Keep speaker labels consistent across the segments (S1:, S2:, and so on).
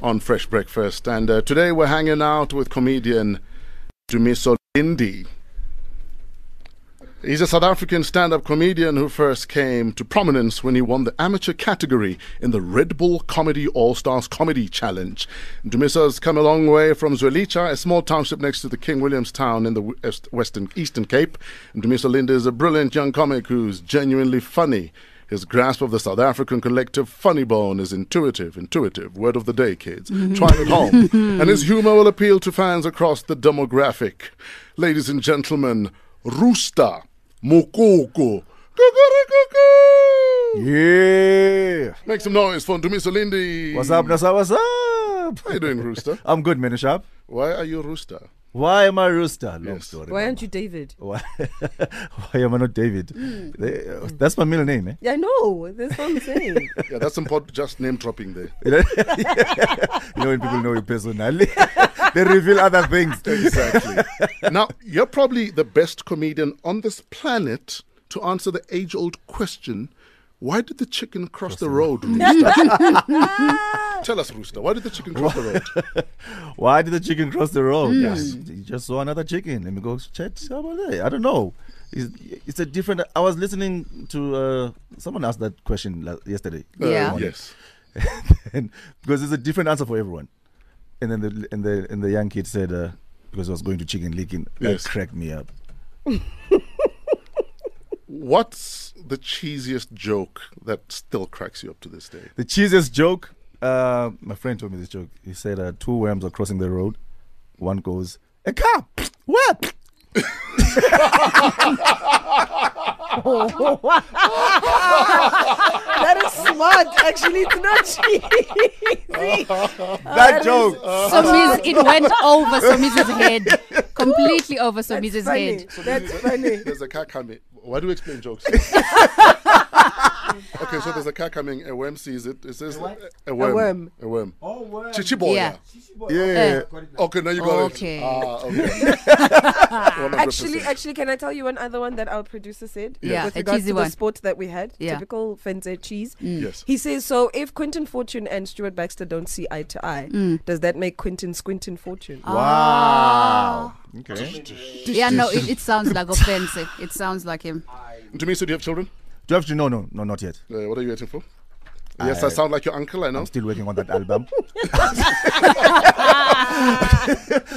S1: on Fresh Breakfast. And uh, today we're hanging out with comedian Dumiso Lindi. He's a South African stand up comedian who first came to prominence when he won the amateur category in the Red Bull Comedy All Stars Comedy Challenge. Dumiso has come a long way from Zwelicha, a small township next to the King William's Town in the west, western Eastern Cape. Dumiso Lindi is a brilliant young comic who's genuinely funny. His grasp of the South African collective funny bone is intuitive, intuitive. Word of the day, kids. Try it at home. and his humor will appeal to fans across the demographic. Ladies and gentlemen, Rooster Mokoko. Kukurukuku.
S2: Yeah.
S1: Make some noise for Dumiso Lindi.
S2: What's up, Nasa? What's up?
S1: How you doing, Rooster?
S2: I'm good, Minishab.
S1: Why are you Rooster?
S2: Why am I Rooster? Long
S1: Yes.
S2: story.
S3: Why
S2: man.
S3: aren't you David?
S2: Why, why am I not David? They- uh, that's my middle name, eh?
S3: Yeah, I know. That's what I'm saying.
S1: Yeah, that's some pod just name dropping there.
S2: You know, you know when people know you personally, they reveal other things.
S1: Exactly. now, you're probably the best comedian on this planet to answer the age old question why did the chicken cross the road, Rooster? Tell us, Rooster, why did the chicken cross the road?
S2: Why did the chicken cross the road? Yes, you just saw another chicken. Let me go chat about that. I don't know. It's, it's a different. I was listening to uh, someone asked that question la- yesterday.
S3: Yeah.
S1: Uh, yes.
S2: and because it's a different answer for everyone. And then the and the and the young kid said uh, because I was going to chicken licking, that
S1: Yes.
S2: cracked me up.
S1: What's the cheesiest joke that still cracks you up to this day?
S2: The cheesiest joke. Uh, my friend told me this joke. He said uh, two worms are crossing the road. One goes a car. What?
S3: that is smart. Actually, it's not cheesy.
S2: That joke.
S4: So Miz, it went over Somiz's head. Completely over Somiz's
S3: funny.
S4: head.
S3: That's funny.
S1: There's a car coming. Why do you explain jokes? okay, so there's a car coming. A worm sees it. It says a, a worm.
S3: worm.
S1: A worm.
S5: Oh, word.
S1: Chichiboya.
S4: Yeah.
S2: yeah.
S5: Got it now.
S1: Okay, now you got
S4: Okay.
S1: it. Ah, okay. 100%.
S3: Actually, actually, can I tell you one other one that our producer said?
S4: Yeah,
S3: With
S4: a
S3: regards
S4: cheesy
S3: to
S4: one.
S3: the sport that we had,
S4: Yeah. Mm.
S3: typical Fenze cheese.
S1: Yes.
S3: He says, so if Quentin Fortune and Stuart Baxter don't see eye to eye,
S4: Mm.
S3: does that make Quentin Squintin Fortune?
S4: Ah.
S2: Wow. Okay.
S4: Yeah, no, it, it sounds like offensive. It sounds like him.
S1: To me, so do you have children?
S2: Do you have to? No, no, no, not yet.
S1: Uh, what are you waiting for? Yes, I,
S2: I-
S1: sound like your uncle, I know.
S2: I'm still working on that album.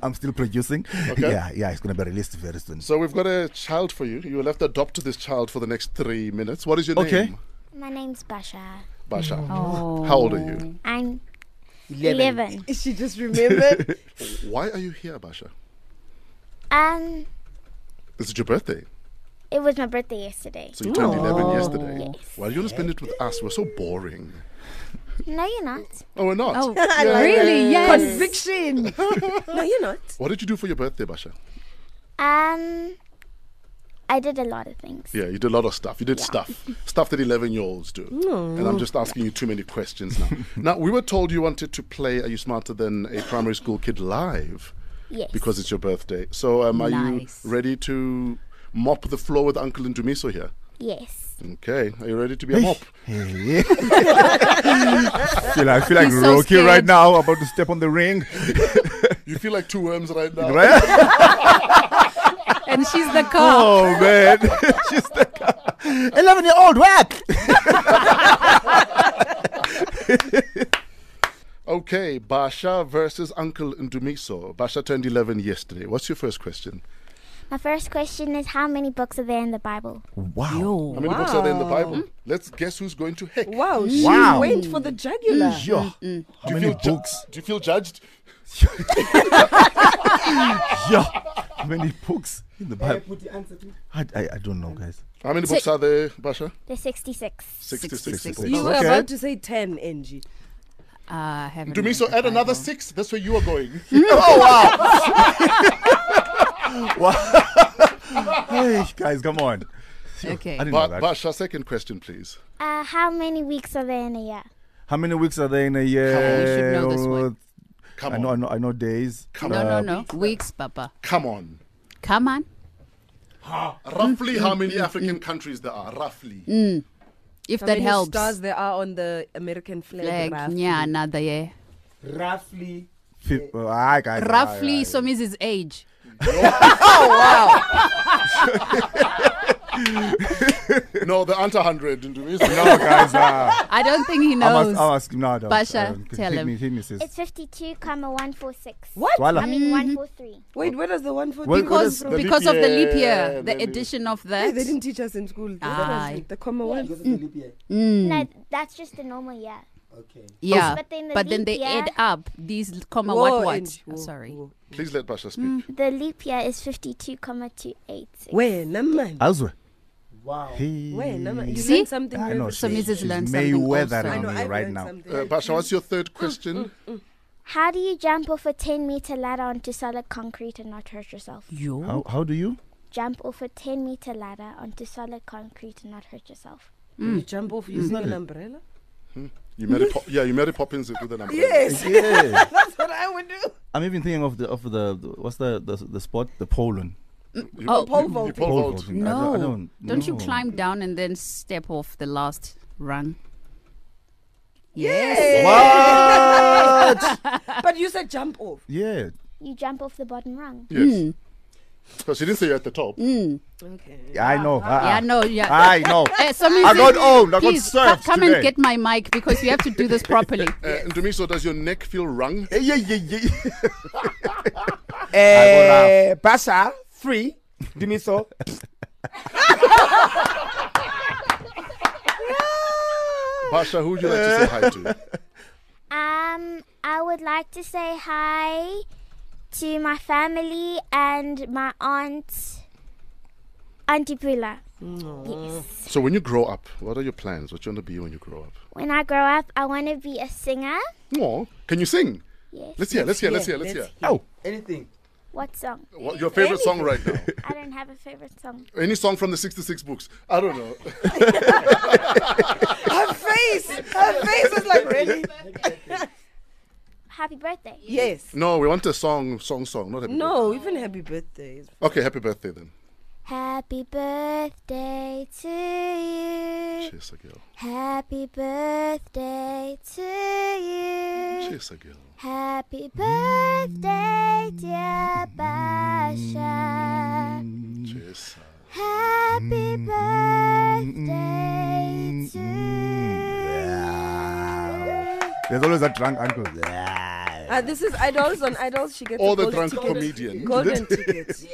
S2: I'm still producing.
S1: Okay.
S2: Yeah, yeah, it's gonna be released very soon.
S1: So we've got a child for you. You will have to adopt this child for the next three minutes. What is your
S2: Okay.
S1: name?
S6: My name's Basha.
S1: Basha.
S4: Oh.
S1: How old are you?
S6: I'm 11.
S3: She just remembered.
S1: Why are you here, Basha?
S6: Um,
S1: This is your birthday.
S6: it was my birthday yesterday.
S1: So you turned 11
S3: Aw.
S1: yesterday. Why do you want to spend it with us? We're so boring.
S6: No, you're not.
S1: Oh, we're not.
S4: Oh, really? Yes.
S3: Conviction. no, you're not.
S1: What did you do for your birthday, Basha?
S6: Um, I did a lot of things.
S1: Yeah, you did a lot of stuff. You did stuff. Stuff that 11 year olds do. And I'm just asking you too many questions now. now, we were told you wanted to play Are You Smarter Than a Primary School Kid live
S6: Yes.
S1: because it's your birthday. So, um, are
S4: Nice.
S1: you ready to mop the floor with Uncle Ndumiso here?
S6: Yes.
S1: Okay. Are you ready to be a mop?
S2: Yeah. I feel, I feel like
S4: He's so
S2: Rocky right
S4: scared.
S2: now, about to step on the ring.
S1: you feel like two worms right now.
S2: Right?
S4: And she's the car.
S2: Oh man, she's the eleven year old what?
S1: Okay, Basha versus Uncle Ndumiso. Basha turned 11 yesterday. What's your first question?
S6: My first question is how many books are there in the Bible?
S2: Wow.
S1: How many books are there in the Bible? Hmm? Let's guess who's going to heck.
S3: Wow, she
S2: Wow.
S3: went for the jugular.
S4: Mm.
S2: Yeah. How
S1: Do you
S2: many
S1: feel ju-
S2: books?
S1: do you feel judged?
S2: Yeah. How many books in the
S5: I
S2: Bible?
S5: put the answer to.
S2: I, I, I don't know, guys.
S1: How many books are there, Basha?
S6: There's 66.
S1: 66.
S4: 66.
S1: books.
S3: You were
S2: Okay.
S3: about to say 10, NG.
S4: Ah, heaven.
S1: To me, so add another six. That's where you are going.
S2: Hey, guys, come on.
S4: Okay.
S2: I didn't know
S1: Ba-
S2: that.
S1: Basha, second question, please.
S6: Uh, how many weeks are there in a year?
S2: How many weeks are there in a year?
S4: should know this one.
S1: Come
S2: I know, I
S1: on.
S2: know, I know days.
S1: Come
S4: No,
S1: on.
S4: no, no. Weeks, Papa.
S1: Come on.
S4: Come on.
S1: Roughly how many African countries there are? Roughly.
S4: If
S3: How
S4: that
S3: many
S4: helps.
S3: stars there are on the American flag?
S4: Like,
S3: Raf?
S4: yeah, another year.
S5: roughly
S2: Fif- oh, aye, guys, ah, aye,
S4: Roughly
S2: aye.
S4: Somizi's age.
S1: no, the under 100. Ndumiso.
S2: No, guys. Uh,
S4: I don't think he
S2: I
S4: knows.
S2: must, I must, no, I don't.
S4: Basha,
S2: Um,
S4: tell
S2: hit
S4: him.
S2: Me, hit me, sis.
S6: It's 52, comma 146.
S3: What?
S2: Swala.
S6: I mean,
S1: Mm-hmm.
S6: 143.
S3: Wait, where does the one for?
S2: Well,
S3: Because
S2: what is
S4: because
S2: the leap
S4: because of the leap
S1: year,
S4: year,
S1: the
S4: the
S1: leap-
S4: addition of
S3: Hey,
S4: that.
S3: they didn't teach us in school.
S4: Aye.
S3: The common
S5: Yeah,
S3: one.
S5: because it's a leap year.
S4: Mm,
S6: No, that's just the normal year.
S5: Okay.
S4: yeah,
S6: But then the
S4: but then
S6: leap
S4: they
S6: year-
S4: add up these comma
S3: Whoa,
S4: what what.
S3: and-
S4: Oh, sorry.
S3: whoa.
S1: Please let Basha speak.
S6: The leap year is 52, comma 286.
S3: Wena man.
S2: Azwe.
S5: Wow.
S2: He.
S3: Wena man. You
S4: See?
S3: learn something
S2: I
S3: new
S2: know
S3: every
S2: she,
S4: Some
S3: day.
S4: is-
S2: she's
S4: users learn something
S2: Mayweather
S4: also.
S3: I
S2: on
S3: know
S2: me
S3: I've
S2: right
S3: learned
S2: now.
S3: something.
S1: Uh, Basha, what's your third question?
S6: How do you jump off a 10 meter ladder onto solid concrete and not hurt yourself?
S4: Yo.
S2: How, how do you?
S6: Jump off a 10 meter ladder onto solid concrete and not hurt yourself.
S3: You
S4: Mm.
S3: jump off
S4: Mm-hmm.
S3: using
S2: not
S3: an
S2: a-
S3: umbrella?
S1: You Mary Pop- yeah, you Mary Poppins it with an umbrella.
S3: Yes.
S2: Yeah.
S3: That's what I would do.
S2: I'm even thinking of the of the, the what's the the, the sport the Poland.
S1: You,
S4: Oh,
S3: pole
S1: you- you
S3: vaulting.
S1: pole
S2: Pole
S1: vault.
S2: vaulting. I
S4: No.
S2: don't- I
S4: don't,
S2: don't-
S4: you
S2: no.
S4: climb down and then step off the last rung? Yes.
S3: Yes.
S2: Ah! What?
S3: Eh, But you said jump off.
S2: yeah.
S6: You jump off the bottom rung.
S1: Yes. Because she didn't say you're at the top.
S6: Mm.
S3: Okay.
S2: I know.
S4: Yeah,
S2: Uh-uh.
S4: no, yeah.
S2: I know.
S4: Eh, Somizi,
S2: I got owned. I got
S4: please, co-
S2: served
S4: come
S2: today.
S4: and get my mic because you have to do this properly.
S1: Uh, Ndumiso, does your neck feel wrung?
S2: Eh, Yeah, yeah, yeah.
S5: Eh, Basha, free. Dimiso.
S1: Basha, who would you like to say hi to?
S6: Um, I would like to say hi to my family and my aunt, Auntie Pula. Yes.
S1: So when you grow up, what are your plans? What you want to be when you grow up?
S6: When I grow up, I want to be a singer.
S1: Aw, can you sing?
S6: Yes.
S1: Let's hear, let's hear, let's hear, let's hear.
S2: Oh,
S5: Anything.
S6: What song?
S1: What, your favorite song right now?
S6: I don't have a favorite song.
S1: Any song from the 66 books? I don't know.
S3: Her face. Her face was like really.
S6: Happy birthday.
S3: Yes.
S1: No, we want a song, song, song, not happy birthday.
S3: No, even happy birthday. is-
S1: Okay, happy birthday then.
S6: Happy birthday to you.
S1: Cheers, a girl.
S6: Happy birthday to you.
S1: Cheers, a girl.
S6: Happy birthday, dear Basha.
S1: Cheers.
S6: Happy birthday to
S2: there's always a drunk uncle. Yeah.
S3: Ah, this is idols on idols. She gets
S1: All
S3: a
S1: the
S3: gold
S1: drunk
S3: ticket.
S1: comedian.
S3: Golden ticket.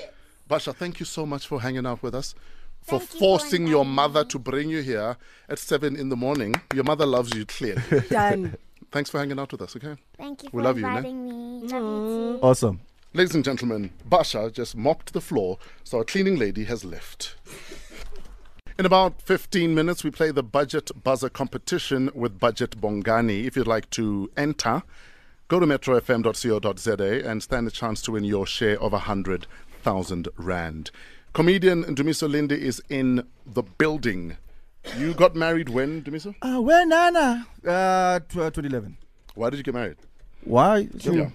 S1: Basha, thank you so much for hanging out with us, for
S6: Thank you for
S1: forcing your
S6: inviting
S1: mother to bring you here at 7 in the morning. Your mother loves you clearly.
S3: Done.
S1: Thanks for hanging out with us, okay?
S6: Thank you
S1: We
S6: for
S1: love you, ne?
S6: inviting me. Love you too.
S2: Awesome.
S1: Ladies and gentlemen, Basha just mopped the floor, so our cleaning lady has left. In about 15 minutes, we play the budget buzzer competition with Budget Bongani. If you'd like to enter, go to metrofm.co.za and stand a chance to win your share of 100,000 Rand. Comedian Dumiso Linde is in the building. You got married when, Dumiso?
S2: Uh, where Nana? Uh, tw- uh, 2011.
S1: Why did you get married?
S2: Why?
S1: Yeah.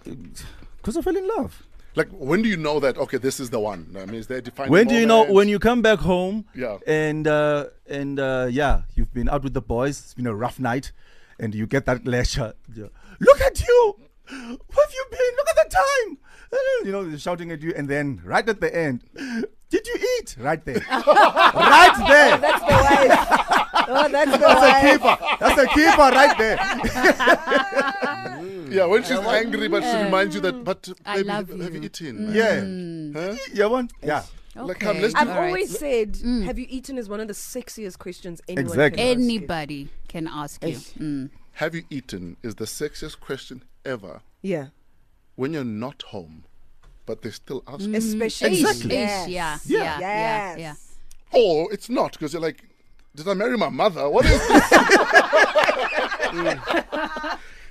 S2: Because I fell in love.
S1: Like, when do you know that, okay, this is the one? I mean, is there a defining
S2: when do you know
S1: moment?
S2: when you come back home
S1: Yeah.
S2: and uh and uh yeah you've been out with the boys it's been a rough night and you get that lecture yeah, look at you where have you been look at the time you know they're shouting at you and then right at the end did you eat right there right there
S3: Oh, That's the wife. Oh, that's the wife.
S2: keeper that's a keeper right there
S1: Yeah, when she's angry, but she reminds you that, but
S4: I
S1: baby,
S4: love
S1: have, have you
S4: you. Mm.
S1: eaten?
S2: yeah
S1: Huh?
S2: yeah one yeah
S1: Like, come, let's
S3: I've
S1: do-
S4: all right. Mm.
S3: always said, "Have you eaten?" is one of the sexiest questions anyone
S2: Exactly.
S3: can ask you.
S4: Anybody can ask you. Mm.
S1: Have you eaten? Is the sexiest question ever
S3: Yeah,
S1: when you're not home, but they still ask.
S4: Mm.
S1: you.
S3: especially
S2: Exactly.
S4: Ish, yeah, yeah, yeah, yeah,
S3: Yes.
S1: Or it's not because you're like, did I marry my mother? What is this?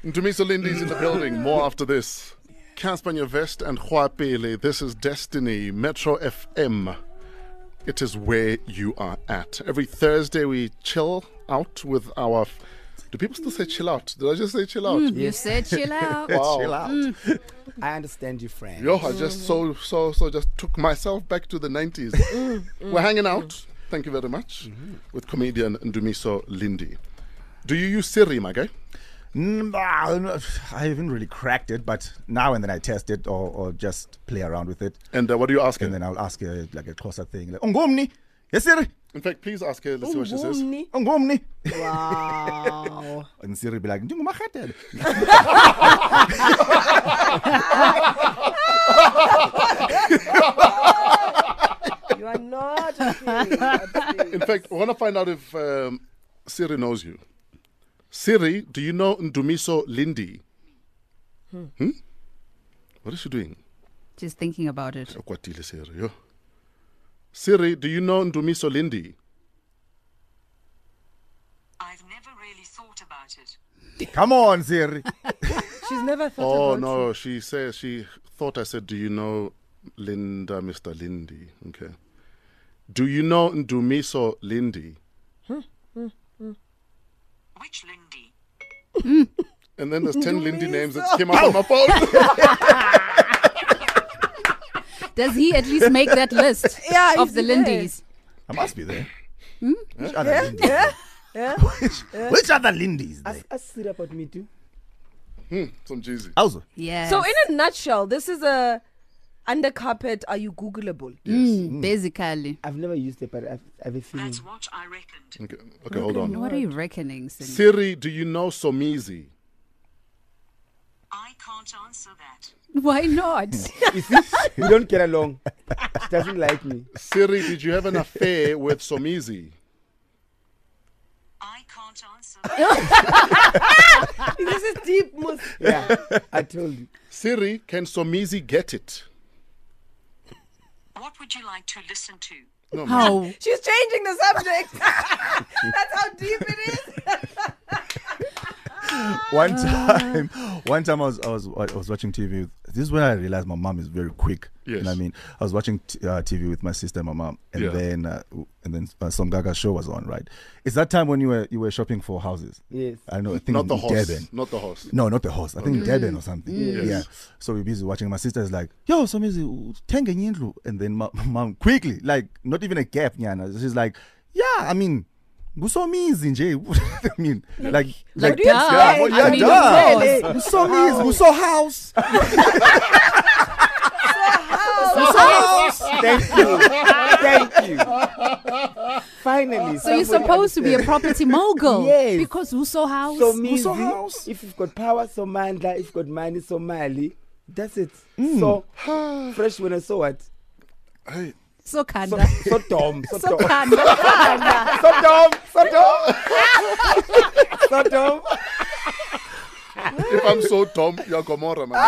S1: Dumiso Lindy's in the building. More after this. Casper Vest and Huapele. This is Destiny Metro FM. It is where you are at. Every Thursday we chill out with our. f- Do people still say chill out? Did I just say chill out?
S4: You said Mm. chill out.
S5: Oh.
S1: Wow.
S2: chill out
S5: Mm. I understand you, friend.
S1: Yo, I just so so so just took myself back to the 90s. We're hanging out. Thank you very much with comedian Ndumiso Lindi. Do you use Siri, my guy?
S2: Mm, ah, no, I haven't really cracked it, but now and then I test it or, or just play around with it.
S1: And uh, what do you ask her?
S2: And then I'll ask her like a closer thing, like "Ungomni, yes sir,
S1: In fact, please ask her.
S3: Oh,
S1: Let's see what she says.
S3: Ungumni.
S2: Ungomni,"
S5: Wow.
S2: and Siri be like "Ndingumakhatele."
S3: You are not kidding.
S1: In fact, I want to find out if um, Siri knows you. Siri, do you know Ndumiso Lindi? Hmm? What is she doing?
S4: Just thinking about it.
S1: Ukwatile Siri. yo. Siri, do you know Ndumiso Lindi?
S7: I've never really thought about it.
S2: Come on, Siri.
S3: She's never thought
S1: Oh
S3: about
S1: no, she says she thought I said, "Do you know Linda, Mr. Lindy?" Okay. Do you know Ndumiso Lindy?
S7: Which Lindy?
S1: And then there's ten Lindy names that came up on my phone.
S4: Does he at least make that list
S3: Yeah,
S4: of
S3: is
S4: the
S3: he there?
S4: Lindys?
S2: I must be there. Which other
S3: Hmm? Yeah,
S2: Lindy?
S3: yeah, yeah.
S2: Which other Lindy is there?
S5: Ask, ask Siri about me too.
S1: Hmm, Some Jeezy.
S2: Also,
S4: Yeah.
S3: So, in a nutshell, this is a under carpet. Are you Googleable?
S4: Mm, basically.
S5: I've never used it, but I've, I've a feeling.
S7: That's what I reckoned.
S1: Okay, okay, hold on.
S4: What are you reckoning, Cindy?
S1: Siri, do you know Somizi?
S7: I can't answer that.
S4: Why not?
S5: You see, we don't get along. She doesn't like me.
S1: Siri, did you have an affair with Somizi?
S7: I can't answer that.
S3: This is deep. Mus-
S5: Yeah, I told you.
S1: Siri, can Somizi get it?
S7: what would you like to listen to?
S1: No, man.
S4: How?
S3: She's changing the subject. That's how deep it is.
S2: one
S3: Ah.
S2: time, one time I was I was I was watching TV. With, this is when I realized my mom is very quick. You know
S1: Yes.
S2: what I mean? I was watching t- uh, TV with my sister and my mom, and
S1: Yeah.
S2: then uh, w- and then uh, some Gaga show was on. Right? It's that time when you were you were shopping for houses.
S5: Yes.
S2: I know. I think
S1: Not the
S2: in
S1: horse.
S2: Durban.
S1: Not the horse.
S2: No, not the horse. I think Durban or something. Yeah. So we're busy watching. My sister's like, "Yo, so busy, tenga yindlu," and then my, my mom quickly, like, not even a gap, nyana. She's like, "Yeah, I mean." Gusomizi nje. I mean, like, like,
S4: do you expect?
S2: well,
S4: I
S2: yeah,
S4: mean,
S2: duh.
S4: really?
S2: Gusomizi, guso house.
S5: Thank you. Thank you. Finally.
S4: So you're
S5: somebody
S4: supposed to be a property mogul.
S5: Yes.
S4: Because Uso House.
S5: So me,
S2: Uso house.
S5: if you've got power, so mandla. If you've got money, so mali. That's it. So fresh when I saw it.
S1: Hey,
S4: so
S5: So,
S4: Kanda.
S5: so dumb. So,
S4: So
S5: dumb.
S4: Kanda.
S5: So dumb. So dumb. so dumb.
S1: if I'm so dumb, you're Gomorrah, man.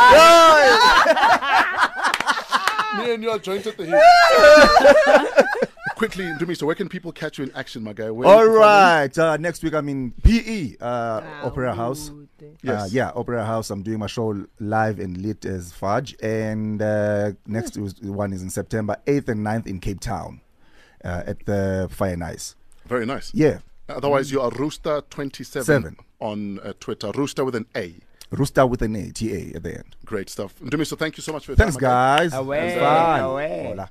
S1: Me and you are joined at the hip. Quickly, Ndumi, so where can people catch you in action, my guy? Where
S2: All right. Uh, next week I'm in PE, uh, Opera House.
S1: Yes.
S2: Uh, yeah, Opera House. I'm doing my show live and lit as Fudge. And uh, next is- one is in September 8th and 9th in Cape Town uh, at the Fire and Ice.
S1: Very nice.
S2: Yeah.
S1: Otherwise, you are Rooster27
S2: Seven.
S1: on uh, Twitter. Rooster with an A.
S2: Rooster with an A, T A at the end.
S1: Great stuff. Ndumi, so thank you so much for your
S2: Thanks,
S1: time. Oh my guy.
S2: guys.
S5: Away,
S2: It was fun.
S5: away.
S2: Hola.